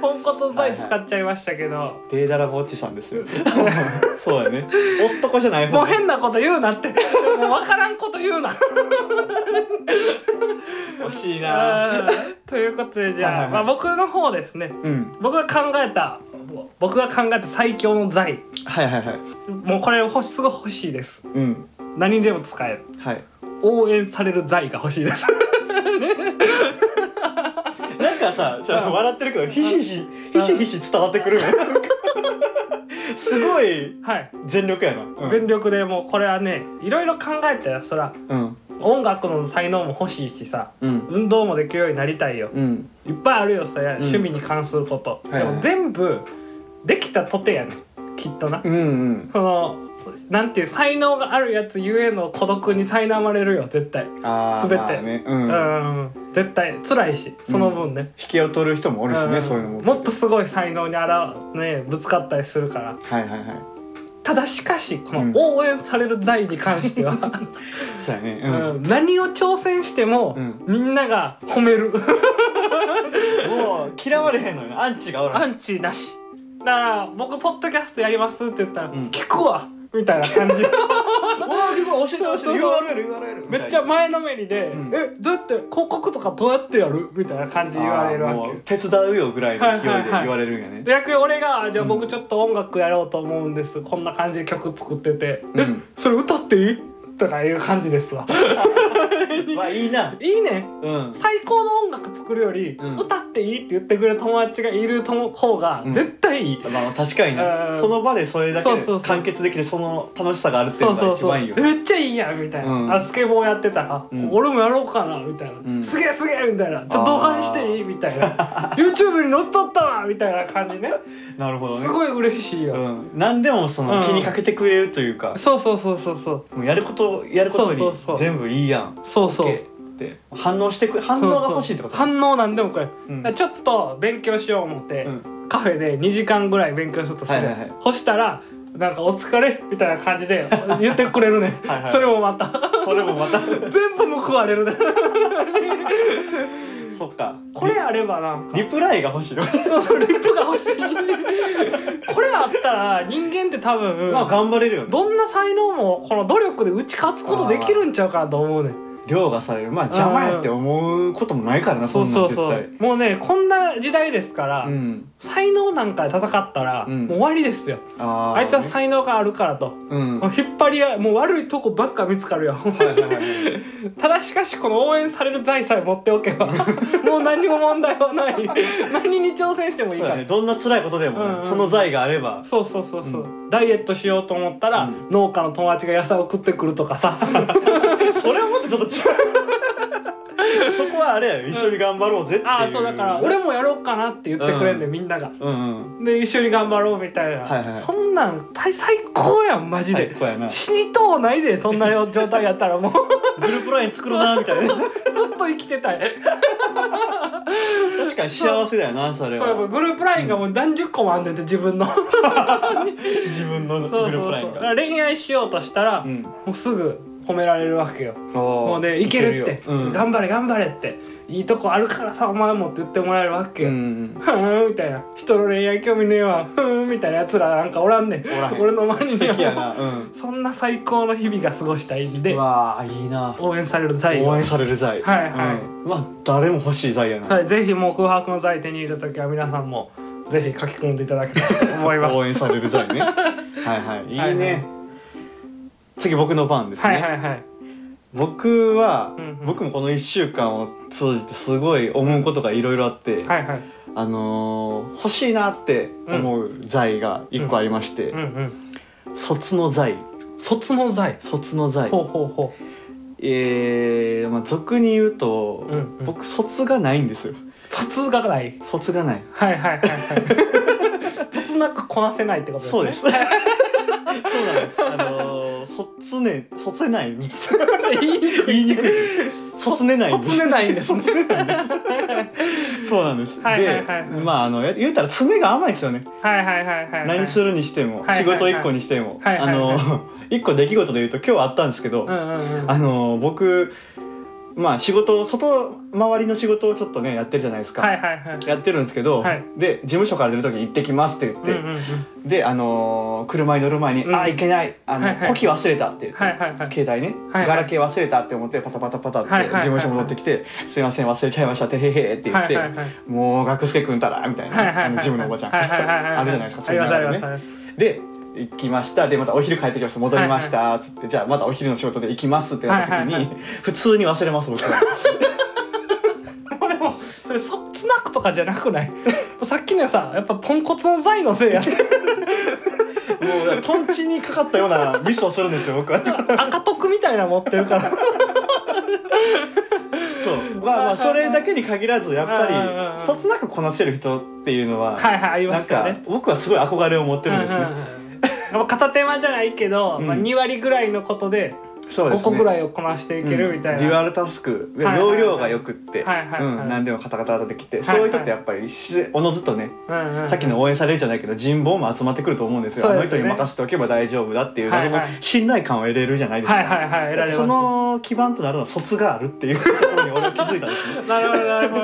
Speaker 2: ポンコツの財使っちゃいましたけど、
Speaker 1: デーダラボッチさんですよ そうやね男じゃない
Speaker 2: も
Speaker 1: 方
Speaker 2: う変なこと言うなってもう分からんこと言うな
Speaker 1: 惜しいな
Speaker 2: ということでじゃあ,、
Speaker 1: はいはい
Speaker 2: ま
Speaker 1: は
Speaker 2: あ
Speaker 1: い
Speaker 2: 僕の方ですね
Speaker 1: うん
Speaker 2: 僕が考えた僕が考えた最強の財
Speaker 1: はいはいはい
Speaker 2: もうこれ欲しすごい欲しいです
Speaker 1: うん
Speaker 2: 何にでも使える
Speaker 1: はい
Speaker 2: 応援される財が欲しいです
Speaker 1: なんかさちょっと笑ってるけどひしひしひしひし伝わってくるよすごい
Speaker 2: はい、
Speaker 1: 全力やな、うん、
Speaker 2: 全力でもうこれはねいろいろ考えたよそら
Speaker 1: うん
Speaker 2: 音楽の才能も欲しいしさ
Speaker 1: うん
Speaker 2: 運動もできるようになりたいよ
Speaker 1: うん
Speaker 2: いっぱいあるよそりゃ
Speaker 1: ん
Speaker 2: 趣味に関すること、
Speaker 1: はいはい
Speaker 2: でも全部できたとてやねきっとな、
Speaker 1: うんうん
Speaker 2: そのなんていう才能があるやつゆえの孤独に苛まれるよ絶対
Speaker 1: あー
Speaker 2: 全て
Speaker 1: まあねう、
Speaker 2: うんん、絶対辛いしその分ね、
Speaker 1: 引きを取る人もおるしね、
Speaker 2: うん
Speaker 1: そういうのも
Speaker 2: もっとすごい才能にあら、ね、ぶつかったりするから
Speaker 1: はいはいはい
Speaker 2: ただしかしこ
Speaker 1: うん
Speaker 2: の応援される財に関しては、
Speaker 1: そうやね
Speaker 2: うん何を挑戦しても、
Speaker 1: うん
Speaker 2: みんなが褒める
Speaker 1: うん、もう嫌われへんのよアンチがおらん
Speaker 2: アンチなしだから僕ポッドキャストやりますって言ったら、
Speaker 1: うん
Speaker 2: 聞くわみたい な感じ
Speaker 1: わあ、すごい教えて教えて
Speaker 2: そうそうそう
Speaker 1: URL URL
Speaker 2: めっちゃ前のめりで「
Speaker 1: うん
Speaker 2: えどうやって広告とかどうやってやる?」みたいな感じで言われるわ
Speaker 1: あーもう
Speaker 2: け
Speaker 1: 手伝うよぐらいの勢いで
Speaker 2: はいはいはい
Speaker 1: 言われるんやね、
Speaker 2: で逆に俺が「じゃあ僕ちょっと音楽やろうと思うんですこんな感じで曲作ってて、
Speaker 1: うん
Speaker 2: えそれ歌っていい?」とかいう感じですわ
Speaker 1: まあいいな。
Speaker 2: いいね
Speaker 1: うん。
Speaker 2: 最高の音楽作るより、
Speaker 1: うん
Speaker 2: 歌っていいって言ってくれる友達がいるとも方が
Speaker 1: うん
Speaker 2: 絶対いい、
Speaker 1: まあ確かにな
Speaker 2: うん
Speaker 1: その場でそれだけ
Speaker 2: そうそうそう
Speaker 1: 完結できてその楽しさがあるってい
Speaker 2: そうう
Speaker 1: のが
Speaker 2: そう
Speaker 1: 一
Speaker 2: そう
Speaker 1: 番いいよ。う
Speaker 2: めっちゃいいやんみたいな、
Speaker 1: うん
Speaker 2: あスケボーやってたら、
Speaker 1: うん
Speaker 2: 俺もやろうかなみたいな、
Speaker 1: うん
Speaker 2: すげえすげえみたいなちょっと動画にしていいみた いな YouTube に載っとったわみたいな感じね
Speaker 1: なるほどね
Speaker 2: す。ごい嬉しいよ、
Speaker 1: うん。何でもそうの
Speaker 2: ん
Speaker 1: 気にかけてくれるというか、
Speaker 2: そうそうそうそうそう
Speaker 1: もうやることやることに
Speaker 2: そうそうそう
Speaker 1: 全部いいやん。
Speaker 2: そうそう
Speaker 1: OK って反応してく反応が欲しいってこと。
Speaker 2: そうそう反応なんでもこれ、
Speaker 1: うん
Speaker 2: だからちょっと勉強しよう思って、
Speaker 1: うん
Speaker 2: カフェで2時間ぐらい勉強するとする、
Speaker 1: はいはいはい
Speaker 2: そしたらなんか「お疲れ」みたいな感じで言ってくれるね
Speaker 1: はいはい
Speaker 2: それもまた
Speaker 1: それもまた
Speaker 2: 全部報われ るね
Speaker 1: そっか。
Speaker 2: これあればなんか
Speaker 1: リプライが欲しいよ。
Speaker 2: そうそうリップが欲しい これあったら人間って多分、
Speaker 1: まあ頑張れるよね。
Speaker 2: どんな才能もこの努力で打ち勝つことできるんちゃうかなと思うねん
Speaker 1: 凌駕されるまあ邪魔やって思うこともないからなそ
Speaker 2: そうん
Speaker 1: なん
Speaker 2: そう
Speaker 1: 絶対。
Speaker 2: そうもうねこんな時代ですから、
Speaker 1: うん。
Speaker 2: 才能なんかで戦ったら、
Speaker 1: うん
Speaker 2: もう終わりですよ
Speaker 1: あー
Speaker 2: あいつは才能があるからと
Speaker 1: うん。
Speaker 2: もう
Speaker 1: は
Speaker 2: 引っ張り合いもう悪いとこばっか見つかるよ
Speaker 1: いはいはいはい。
Speaker 2: ただしかしこの応援される財さえ持っておけ ばもう何も問題はない何に挑戦してもいい
Speaker 1: そう
Speaker 2: か
Speaker 1: だ
Speaker 2: ら
Speaker 1: ね、どんな辛いことでもね、
Speaker 2: うんうん
Speaker 1: その財があれば
Speaker 2: そうそうそうそう、ダイエットしようと思ったら、
Speaker 1: うん
Speaker 2: 農家の友達が野菜を食ってくると かさ
Speaker 1: それはもっとちょっと違うそこはあれやよ一緒に頑張ろうぜっていう、
Speaker 2: ああそうだから俺もやろうかなって言ってくれんで、
Speaker 1: う
Speaker 2: みんなが
Speaker 1: うんうん
Speaker 2: で一緒に頑張ろうみたいな、
Speaker 1: はいはい
Speaker 2: そんなん大最高やんマジ
Speaker 1: 最
Speaker 2: で、
Speaker 1: 高やな
Speaker 2: 死にとうないでそんな状態やったらもう
Speaker 1: グループライン作ろうなみたいな
Speaker 2: ずっと生きてたい
Speaker 1: 確かに幸せだよなそれ
Speaker 2: そうやっぱ
Speaker 1: は
Speaker 2: グループラインがもう何十個もあんねんて自分のそう
Speaker 1: 自分のグ
Speaker 2: そう
Speaker 1: ルー
Speaker 2: そ
Speaker 1: プ
Speaker 2: う
Speaker 1: ライ
Speaker 2: だ
Speaker 1: ン
Speaker 2: か
Speaker 1: が
Speaker 2: ら恋愛しようとしたら、
Speaker 1: う
Speaker 2: も
Speaker 1: ん
Speaker 2: うすぐ褒められるわけよも
Speaker 1: も
Speaker 2: うねいけるって
Speaker 1: うん
Speaker 2: 頑張れ頑張れっていいとこあるからさお前もって言ってもらえるわけ
Speaker 1: う
Speaker 2: よ、
Speaker 1: ん
Speaker 2: ふーんみたいな人の恋愛興味ねえわふーんみたいなやつらなんかおらんねん
Speaker 1: おらへん
Speaker 2: 俺の周り
Speaker 1: 素
Speaker 2: には
Speaker 1: 敵やなうん
Speaker 2: そんな最高の日々が過ごしたいん
Speaker 1: う
Speaker 2: で
Speaker 1: わあいいな
Speaker 2: 応援される財を
Speaker 1: 応援される財
Speaker 2: はいはい
Speaker 1: うんまあ誰も欲しい財やな、
Speaker 2: はい、ぜひもう空白の財手に入れた時は皆さんもぜひ書き込んでいただきたいと思いま す
Speaker 1: 応援される 財ねはいはいいいね、
Speaker 2: はいはい
Speaker 1: 次僕の番ですね、
Speaker 2: はいはいはい
Speaker 1: 僕は、
Speaker 2: うんうん
Speaker 1: 僕もこの1週間を通じてすごい思うことがいろいろあって、
Speaker 2: はいはい
Speaker 1: あのー欲しいなって思う財が1個ありまして、
Speaker 2: うんうん
Speaker 1: 卒の財
Speaker 2: 卒の財
Speaker 1: 卒の財
Speaker 2: ほうほうほ
Speaker 1: えーまあ、俗に言うと、
Speaker 2: う、うんうん、
Speaker 1: 僕卒がないんですよ
Speaker 2: 卒がない
Speaker 1: 卒がない
Speaker 2: はいはいは いはい卒なくこなせないってことです
Speaker 1: そ
Speaker 2: ね
Speaker 1: うです そうなんですあのー卒ね卒ねないんです言いにくい卒ねないんです
Speaker 2: 卒ねないんですね
Speaker 1: 卒ねないんですそうなんです。
Speaker 2: はいはいはいはい
Speaker 1: で、まああのや言うたら爪が甘いですよね。
Speaker 2: はいはいはいはい
Speaker 1: 何するにしても、
Speaker 2: はいはい
Speaker 1: 仕事一個にしても、
Speaker 2: はいはいはい
Speaker 1: あの一個出来事で言うと今日あったんですけど、
Speaker 2: うんうんうん
Speaker 1: あの僕まあ仕事外回りの仕事をちょっとねやってるじゃないですか。
Speaker 2: はいはいはい
Speaker 1: やってるんですけど、
Speaker 2: はい
Speaker 1: で事務所から出る時に行ってきますって言っ
Speaker 2: うん
Speaker 1: て、
Speaker 2: うんうん
Speaker 1: であのー車に乗る前に「
Speaker 2: うん
Speaker 1: あいけないあの、
Speaker 2: はいはい
Speaker 1: 呼気忘れた」って言って、
Speaker 2: はいはいはい
Speaker 1: 携帯ね、
Speaker 2: はいはい
Speaker 1: ガラケー忘れたって思ってパタパタパタって
Speaker 2: はいはい
Speaker 1: 事
Speaker 2: はい
Speaker 1: 務所戻ってきて「すいません忘れちゃいましたてへへ」って言
Speaker 2: は
Speaker 1: っ
Speaker 2: い
Speaker 1: て、
Speaker 2: はいはい
Speaker 1: もう学助くんたらみたい
Speaker 2: はいはい
Speaker 1: なあのジムのおばちゃん
Speaker 2: はいはいはいはい
Speaker 1: あるじゃないですか
Speaker 2: ありますあ
Speaker 1: そういう
Speaker 2: り
Speaker 1: の
Speaker 2: ま
Speaker 1: ね
Speaker 2: すあり
Speaker 1: で行きましたでまたお昼帰ってきます戻りました、つってじゃあまたお昼の仕事で行きますってなった時に、
Speaker 2: はいはい
Speaker 1: 普通に忘れます僕は
Speaker 2: ますこれもそれそつなくとかじゃなく ないさっきのさやっぱポンコツの財のせいやって
Speaker 1: もうだからトンチにかかったようなミスをするんですよ僕は
Speaker 2: 赤徳みたいなの持ってるから
Speaker 1: そうまあまあそれだけに限らずやっ
Speaker 2: うんうんうんう
Speaker 1: ぱ
Speaker 2: ん
Speaker 1: りそつなくこなせる人っていうのは、
Speaker 2: はいはいありま
Speaker 1: なん
Speaker 2: すよ
Speaker 1: か
Speaker 2: ね。
Speaker 1: 僕はすごい憧れを持ってるんですね、
Speaker 2: うんうんうんやっぱ片手間じゃないけど、
Speaker 1: うん
Speaker 2: まあ2割ぐらいのことで
Speaker 1: そうです
Speaker 2: 5
Speaker 1: ね
Speaker 2: 個ぐら
Speaker 1: い
Speaker 2: いをこなしていけるみたいな。
Speaker 1: デュアルタスク
Speaker 2: はいはいは
Speaker 1: 容
Speaker 2: い
Speaker 1: 量がよくって、
Speaker 2: はいはいはい
Speaker 1: うん、何でもカタカタとできて、
Speaker 2: い
Speaker 1: そういう人ってやっぱりしおのずとね
Speaker 2: うんうん
Speaker 1: さっきの応援されるじゃないけど人望も集まってくると思うんですよ
Speaker 2: そう
Speaker 1: あ
Speaker 2: で
Speaker 1: の
Speaker 2: すね
Speaker 1: 人に任せておけば大丈夫だっていう
Speaker 2: はい
Speaker 1: 謎
Speaker 2: は
Speaker 1: の
Speaker 2: い
Speaker 1: 信頼感を得れるじゃないです
Speaker 2: はいは
Speaker 1: か
Speaker 2: いはい得られます。
Speaker 1: その基盤となるのは卒があるっていうところに俺は気づいたんですね
Speaker 2: なるほどなるほ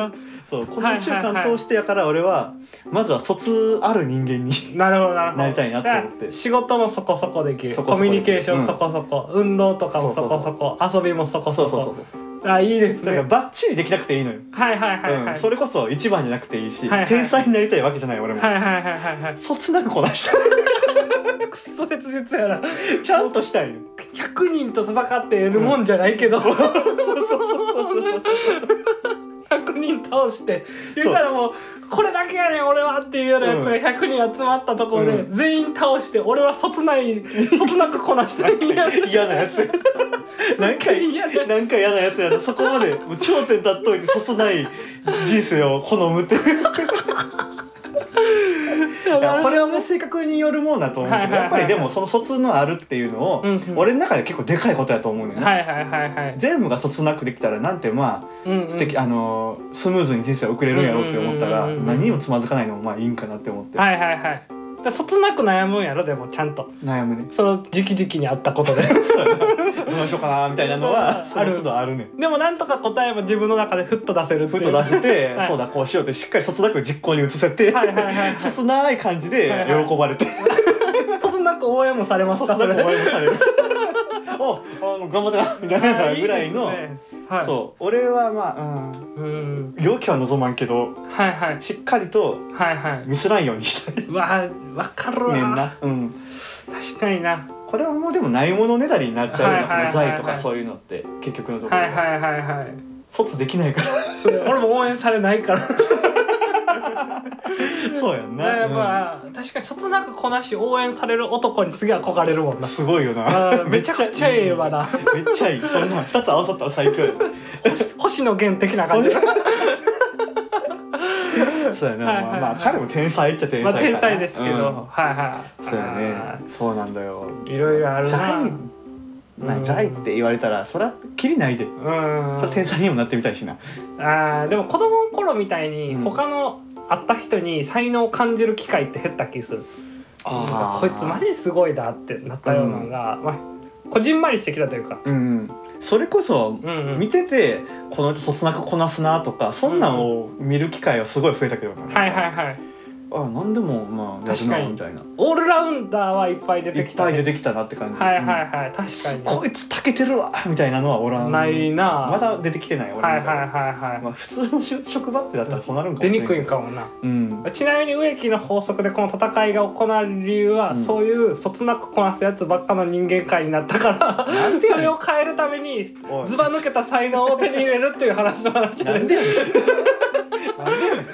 Speaker 1: そうこの
Speaker 2: はいはいはい
Speaker 1: 1週間通してやから俺はまずは卒ある人間に
Speaker 2: どなるほどなるほど。
Speaker 1: なりたいなって思って
Speaker 2: だから仕事もそこそこできる。
Speaker 1: そこそこできる
Speaker 2: コミュニケーショ
Speaker 1: う
Speaker 2: ン
Speaker 1: ん
Speaker 2: そこそこ、運動とかもそこそこ、遊びもそこ
Speaker 1: そ
Speaker 2: そうこ。
Speaker 1: そうそう
Speaker 2: あいいです
Speaker 1: だから
Speaker 2: ね。
Speaker 1: バッチリできなくていいのよ、
Speaker 2: はいはいはいは
Speaker 1: うん、
Speaker 2: い。
Speaker 1: それこそ一番じゃなくていいし、
Speaker 2: はいはい
Speaker 1: 天才になりたいわけじゃない俺も、
Speaker 2: はいはいはいはいはい。
Speaker 1: 卒なくこなした
Speaker 2: くっそ切実やな。
Speaker 1: ちゃんとしたいの
Speaker 2: 100人と戦って得るもんじゃないけど、
Speaker 1: そうそうそうそうそうそう
Speaker 2: 100人倒して言ったらもうこれだけやねん俺はっていうようなやつが100人集まったところで、
Speaker 1: う
Speaker 2: 全員倒して俺はそ つないそつなくこなしたいんや
Speaker 1: 嫌なやつなんか
Speaker 2: 嫌なやつ
Speaker 1: なんか嫌なやつやなそこまでもう頂点立っといてそつない人生を好む っていやこれはもう性格によるもんだと思うけどやっぱりでもその卒のあるっていうのを
Speaker 2: うんうん
Speaker 1: 俺の中で結構でかいことやと思うのよね、
Speaker 2: はいはいはいはい、
Speaker 1: 全部が卒なくできたらなんてまあ
Speaker 2: うんうん
Speaker 1: 素敵、あのースムーズに人生を送れるんやろうって思ったら
Speaker 2: うんうんうんうんうん
Speaker 1: 何にもつまずかないのもまあいいんかなって思って、
Speaker 2: はいはいはいでそつなく悩むんやろでもちゃんと
Speaker 1: 悩むね
Speaker 2: その時期時期にあったこと で
Speaker 1: そうやなどうしようかなみたいなのはそ
Speaker 2: あ
Speaker 1: の
Speaker 2: る
Speaker 1: 都度あるねん
Speaker 2: でもなんとか答えば自分の中でふっと出せるって
Speaker 1: ふ
Speaker 2: いう
Speaker 1: と出して
Speaker 2: はい
Speaker 1: そうだこうしようってしっかり卒なく実行に移せて
Speaker 2: はいはいはいはい
Speaker 1: 卒ない感じで喜ばれて
Speaker 2: そつなく応援もされます
Speaker 1: 卒
Speaker 2: か
Speaker 1: な
Speaker 2: それ
Speaker 1: く応援もされるおあの頑張ってなみたいなぐらいの
Speaker 2: あーですねはい、
Speaker 1: そう俺はまあ、うん
Speaker 2: ううん
Speaker 1: 容器は望まんけど
Speaker 2: はいはい
Speaker 1: しっかりと
Speaker 2: はいはい
Speaker 1: ミスらんようにしたいね
Speaker 2: うわわかるわ
Speaker 1: んな、うん、
Speaker 2: 確かにな
Speaker 1: これはもうでもないものねだりになっちゃうよ
Speaker 2: はいはいはいはい
Speaker 1: 財とかそういうのって結局のところ、
Speaker 2: はいはいはいはい
Speaker 1: 卒できないから
Speaker 2: それ俺も応援されな いから
Speaker 1: そうやんな、
Speaker 2: やっぱ、確かにそつなくこなし応援される男にすげえ憧れるもん
Speaker 1: うん
Speaker 2: な
Speaker 1: すごいよ
Speaker 2: あ
Speaker 1: な
Speaker 2: ーめちゃくちゃええわな
Speaker 1: めっちゃいいそんな2つ合わさったら最 強や
Speaker 2: 星野源的な感じ
Speaker 1: そうやな、
Speaker 2: はいはい
Speaker 1: ま
Speaker 2: はい
Speaker 1: あ、まあ彼も天才っちゃ天才
Speaker 2: まあ
Speaker 1: かな
Speaker 2: 天才ですけど、
Speaker 1: うん
Speaker 2: はいはい
Speaker 1: そうやねそうなんだよ
Speaker 2: いろいろあるな
Speaker 1: 財まあ財って言われたらそりゃきりないで
Speaker 2: あーうん
Speaker 1: それ天才にもなってみたいしな
Speaker 2: あーでも子供の頃みたいに
Speaker 1: うん
Speaker 2: 他の会った人に才能を感じる機会って減った気する、なんかこいつマジすごいだってなったようなのが、まあ、こじんまりしてきたというか、
Speaker 1: うんそれこそ
Speaker 2: うんうん
Speaker 1: 見ててこの人そつなくこなすなとかそんなんを見る機会はすごい増えたけどな、
Speaker 2: はいはいはい
Speaker 1: あなんでもまあやる
Speaker 2: 確か
Speaker 1: な
Speaker 2: に
Speaker 1: みたいな
Speaker 2: オールラウンダーはいっぱい出
Speaker 1: い
Speaker 2: てき、
Speaker 1: ったぱい
Speaker 2: ね、
Speaker 1: 出てきたなって感じ、
Speaker 2: はいはい
Speaker 1: うん
Speaker 2: はい確かに
Speaker 1: こいつたけてるわみたいなのはおらん
Speaker 2: ないな
Speaker 1: まだ出てきてない俺の
Speaker 2: はい
Speaker 1: 中
Speaker 2: は
Speaker 1: で
Speaker 2: いはいはい、
Speaker 1: まあ、普通のし職場ってだったらそうなるんかも
Speaker 2: 出
Speaker 1: しれ
Speaker 2: に
Speaker 1: ん
Speaker 2: く
Speaker 1: けど
Speaker 2: いんかもな
Speaker 1: うん
Speaker 2: ちなみに植木の法則でこの戦いが行われる理由は、
Speaker 1: うん
Speaker 2: そういうそつなくこなすやつばっかの人間界になったから
Speaker 1: なんでや
Speaker 2: そ
Speaker 1: ね
Speaker 2: れ
Speaker 1: ん
Speaker 2: を変えるために
Speaker 1: おい
Speaker 2: ずば抜けた才能を手に入れるっていう話の話
Speaker 1: な
Speaker 2: で
Speaker 1: んでやねんなんでやねん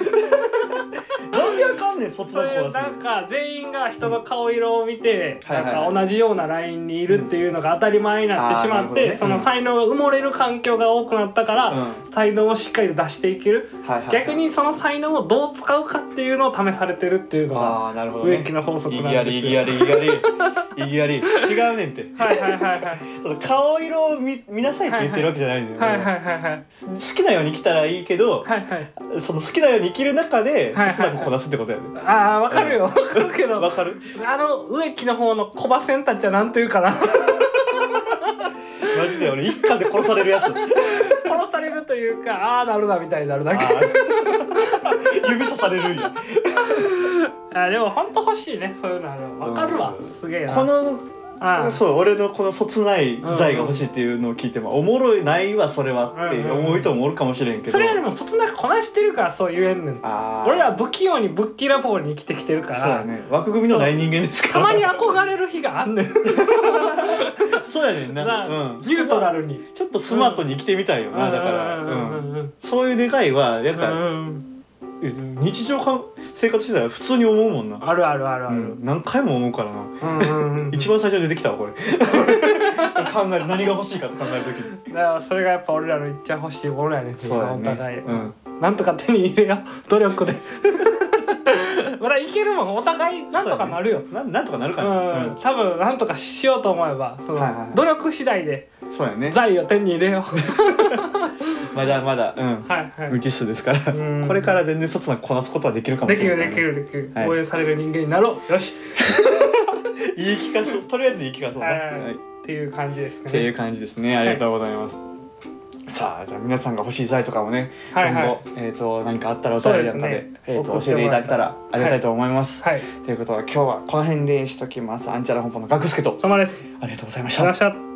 Speaker 1: なんであかんねんそっち
Speaker 2: そ
Speaker 1: の
Speaker 2: うい
Speaker 1: 子
Speaker 2: う
Speaker 1: は
Speaker 2: なんか全員が人の顔色を見て、
Speaker 1: はいはいはい
Speaker 2: なんか同じようなラインにいるっていうのが当たり前になってしま
Speaker 1: うんあ
Speaker 2: って、
Speaker 1: ーなるほどね
Speaker 2: その才能が埋もれる環境が多くなったから、才能をしっかりと出していける、
Speaker 1: うんはいはいはい
Speaker 2: 逆にその才能をどう使うかっていうのを試されてるっていうのが
Speaker 1: ああなるほどね
Speaker 2: 植木の法則
Speaker 1: 意
Speaker 2: な
Speaker 1: 義あ
Speaker 2: んで
Speaker 1: り
Speaker 2: す
Speaker 1: 意
Speaker 2: よ。
Speaker 1: 義あり意義あり意義あり違うねんって
Speaker 2: はいはいはい はい
Speaker 1: その顔色を見見なさいって言ってるわけじゃないのよ、
Speaker 2: はいはいはいはい
Speaker 1: 好きなように生きたらいいけど、
Speaker 2: はいはい
Speaker 1: その好きなように生きる中で
Speaker 2: はいはい
Speaker 1: 切なくこなすってことやね
Speaker 2: ああわかるよわかるけ
Speaker 1: わ、
Speaker 2: ど
Speaker 1: かる
Speaker 2: あの植木の方の小バセンたちはなんというかな殺
Speaker 1: マジで俺一家で殺され るやつ
Speaker 2: されるというかああなるなみたいになるだけ
Speaker 1: あー 指さされるんや
Speaker 2: あーでも本当欲しいねそういうのあるわかるわ
Speaker 1: うん
Speaker 2: すげえな
Speaker 1: この
Speaker 2: あー
Speaker 1: そう俺のこのそつない財が欲しいっていうのを聞いても、おもろいないわそれはって思う人もおるかもしれんけど、
Speaker 2: それよりもそつなくこなしてるからそう言えんねん
Speaker 1: あー
Speaker 2: 俺ら不器用にぶっきらぼうに生きてきてるか
Speaker 1: そうや
Speaker 2: ら、
Speaker 1: ね枠組みのない人間ですか
Speaker 2: た
Speaker 1: ら
Speaker 2: まに憧れる日があんねん
Speaker 1: そうやねんな
Speaker 2: な
Speaker 1: うん、
Speaker 2: ニュートラルに
Speaker 1: ちょっとスマートに生きてみたいよな、だから、
Speaker 2: う
Speaker 1: うんん
Speaker 2: うんうん
Speaker 1: そういう願いはや
Speaker 2: う
Speaker 1: っ
Speaker 2: ん
Speaker 1: ぱ、
Speaker 2: うん
Speaker 1: 日常か生活してたら普通に思うもんな、
Speaker 2: あるあるあるあ
Speaker 1: う
Speaker 2: る、
Speaker 1: ん、何回も思うからな
Speaker 2: うんうん うん
Speaker 1: 一番最初に出てきたわこ れ考える何が欲しいかって考える時に
Speaker 2: だからそれがやっぱ俺らのいっちゃ欲しいものやねん
Speaker 1: そうや
Speaker 2: お互い、
Speaker 1: ね、うん、
Speaker 2: なんとか手に入れよう努 力でまだいけるもんお互いなんとかなるよ、
Speaker 1: ななんとかなる
Speaker 2: う
Speaker 1: かな、
Speaker 2: ん、多分なんとかしようと思えばその、
Speaker 1: はいはいはい
Speaker 2: 努力次第で
Speaker 1: うん、そうやね
Speaker 2: 財を手に入れよう
Speaker 1: まだまだうん
Speaker 2: はいはい
Speaker 1: 未知数ですから、
Speaker 2: うん
Speaker 1: これから全然そつなくこなすことはできるかも
Speaker 2: で
Speaker 1: し
Speaker 2: き
Speaker 1: れ
Speaker 2: る
Speaker 1: ない
Speaker 2: できるできる、
Speaker 1: はい
Speaker 2: 応援される人間になろうよし
Speaker 1: 言い聞かそうとりあえず言い聞かそうな、
Speaker 2: はいはい
Speaker 1: はい、っ
Speaker 2: っていう感じですね
Speaker 1: ていう感じですねありがとうございます、さあじゃあ皆さんが欲しい財とかもね、
Speaker 2: はいはい
Speaker 1: 今後、えー、と何かあったらお便りなんかで
Speaker 2: そうですね
Speaker 1: えーと
Speaker 2: 送ってもら
Speaker 1: 教えていただ
Speaker 2: えたら
Speaker 1: けたらありがたいと思います、
Speaker 2: はい
Speaker 1: ということは今日はこの辺でしときますアンチャラ本舗のガクスケと
Speaker 2: お疲れ様です
Speaker 1: ありがとうございまし
Speaker 2: あり
Speaker 1: た
Speaker 2: がとうございました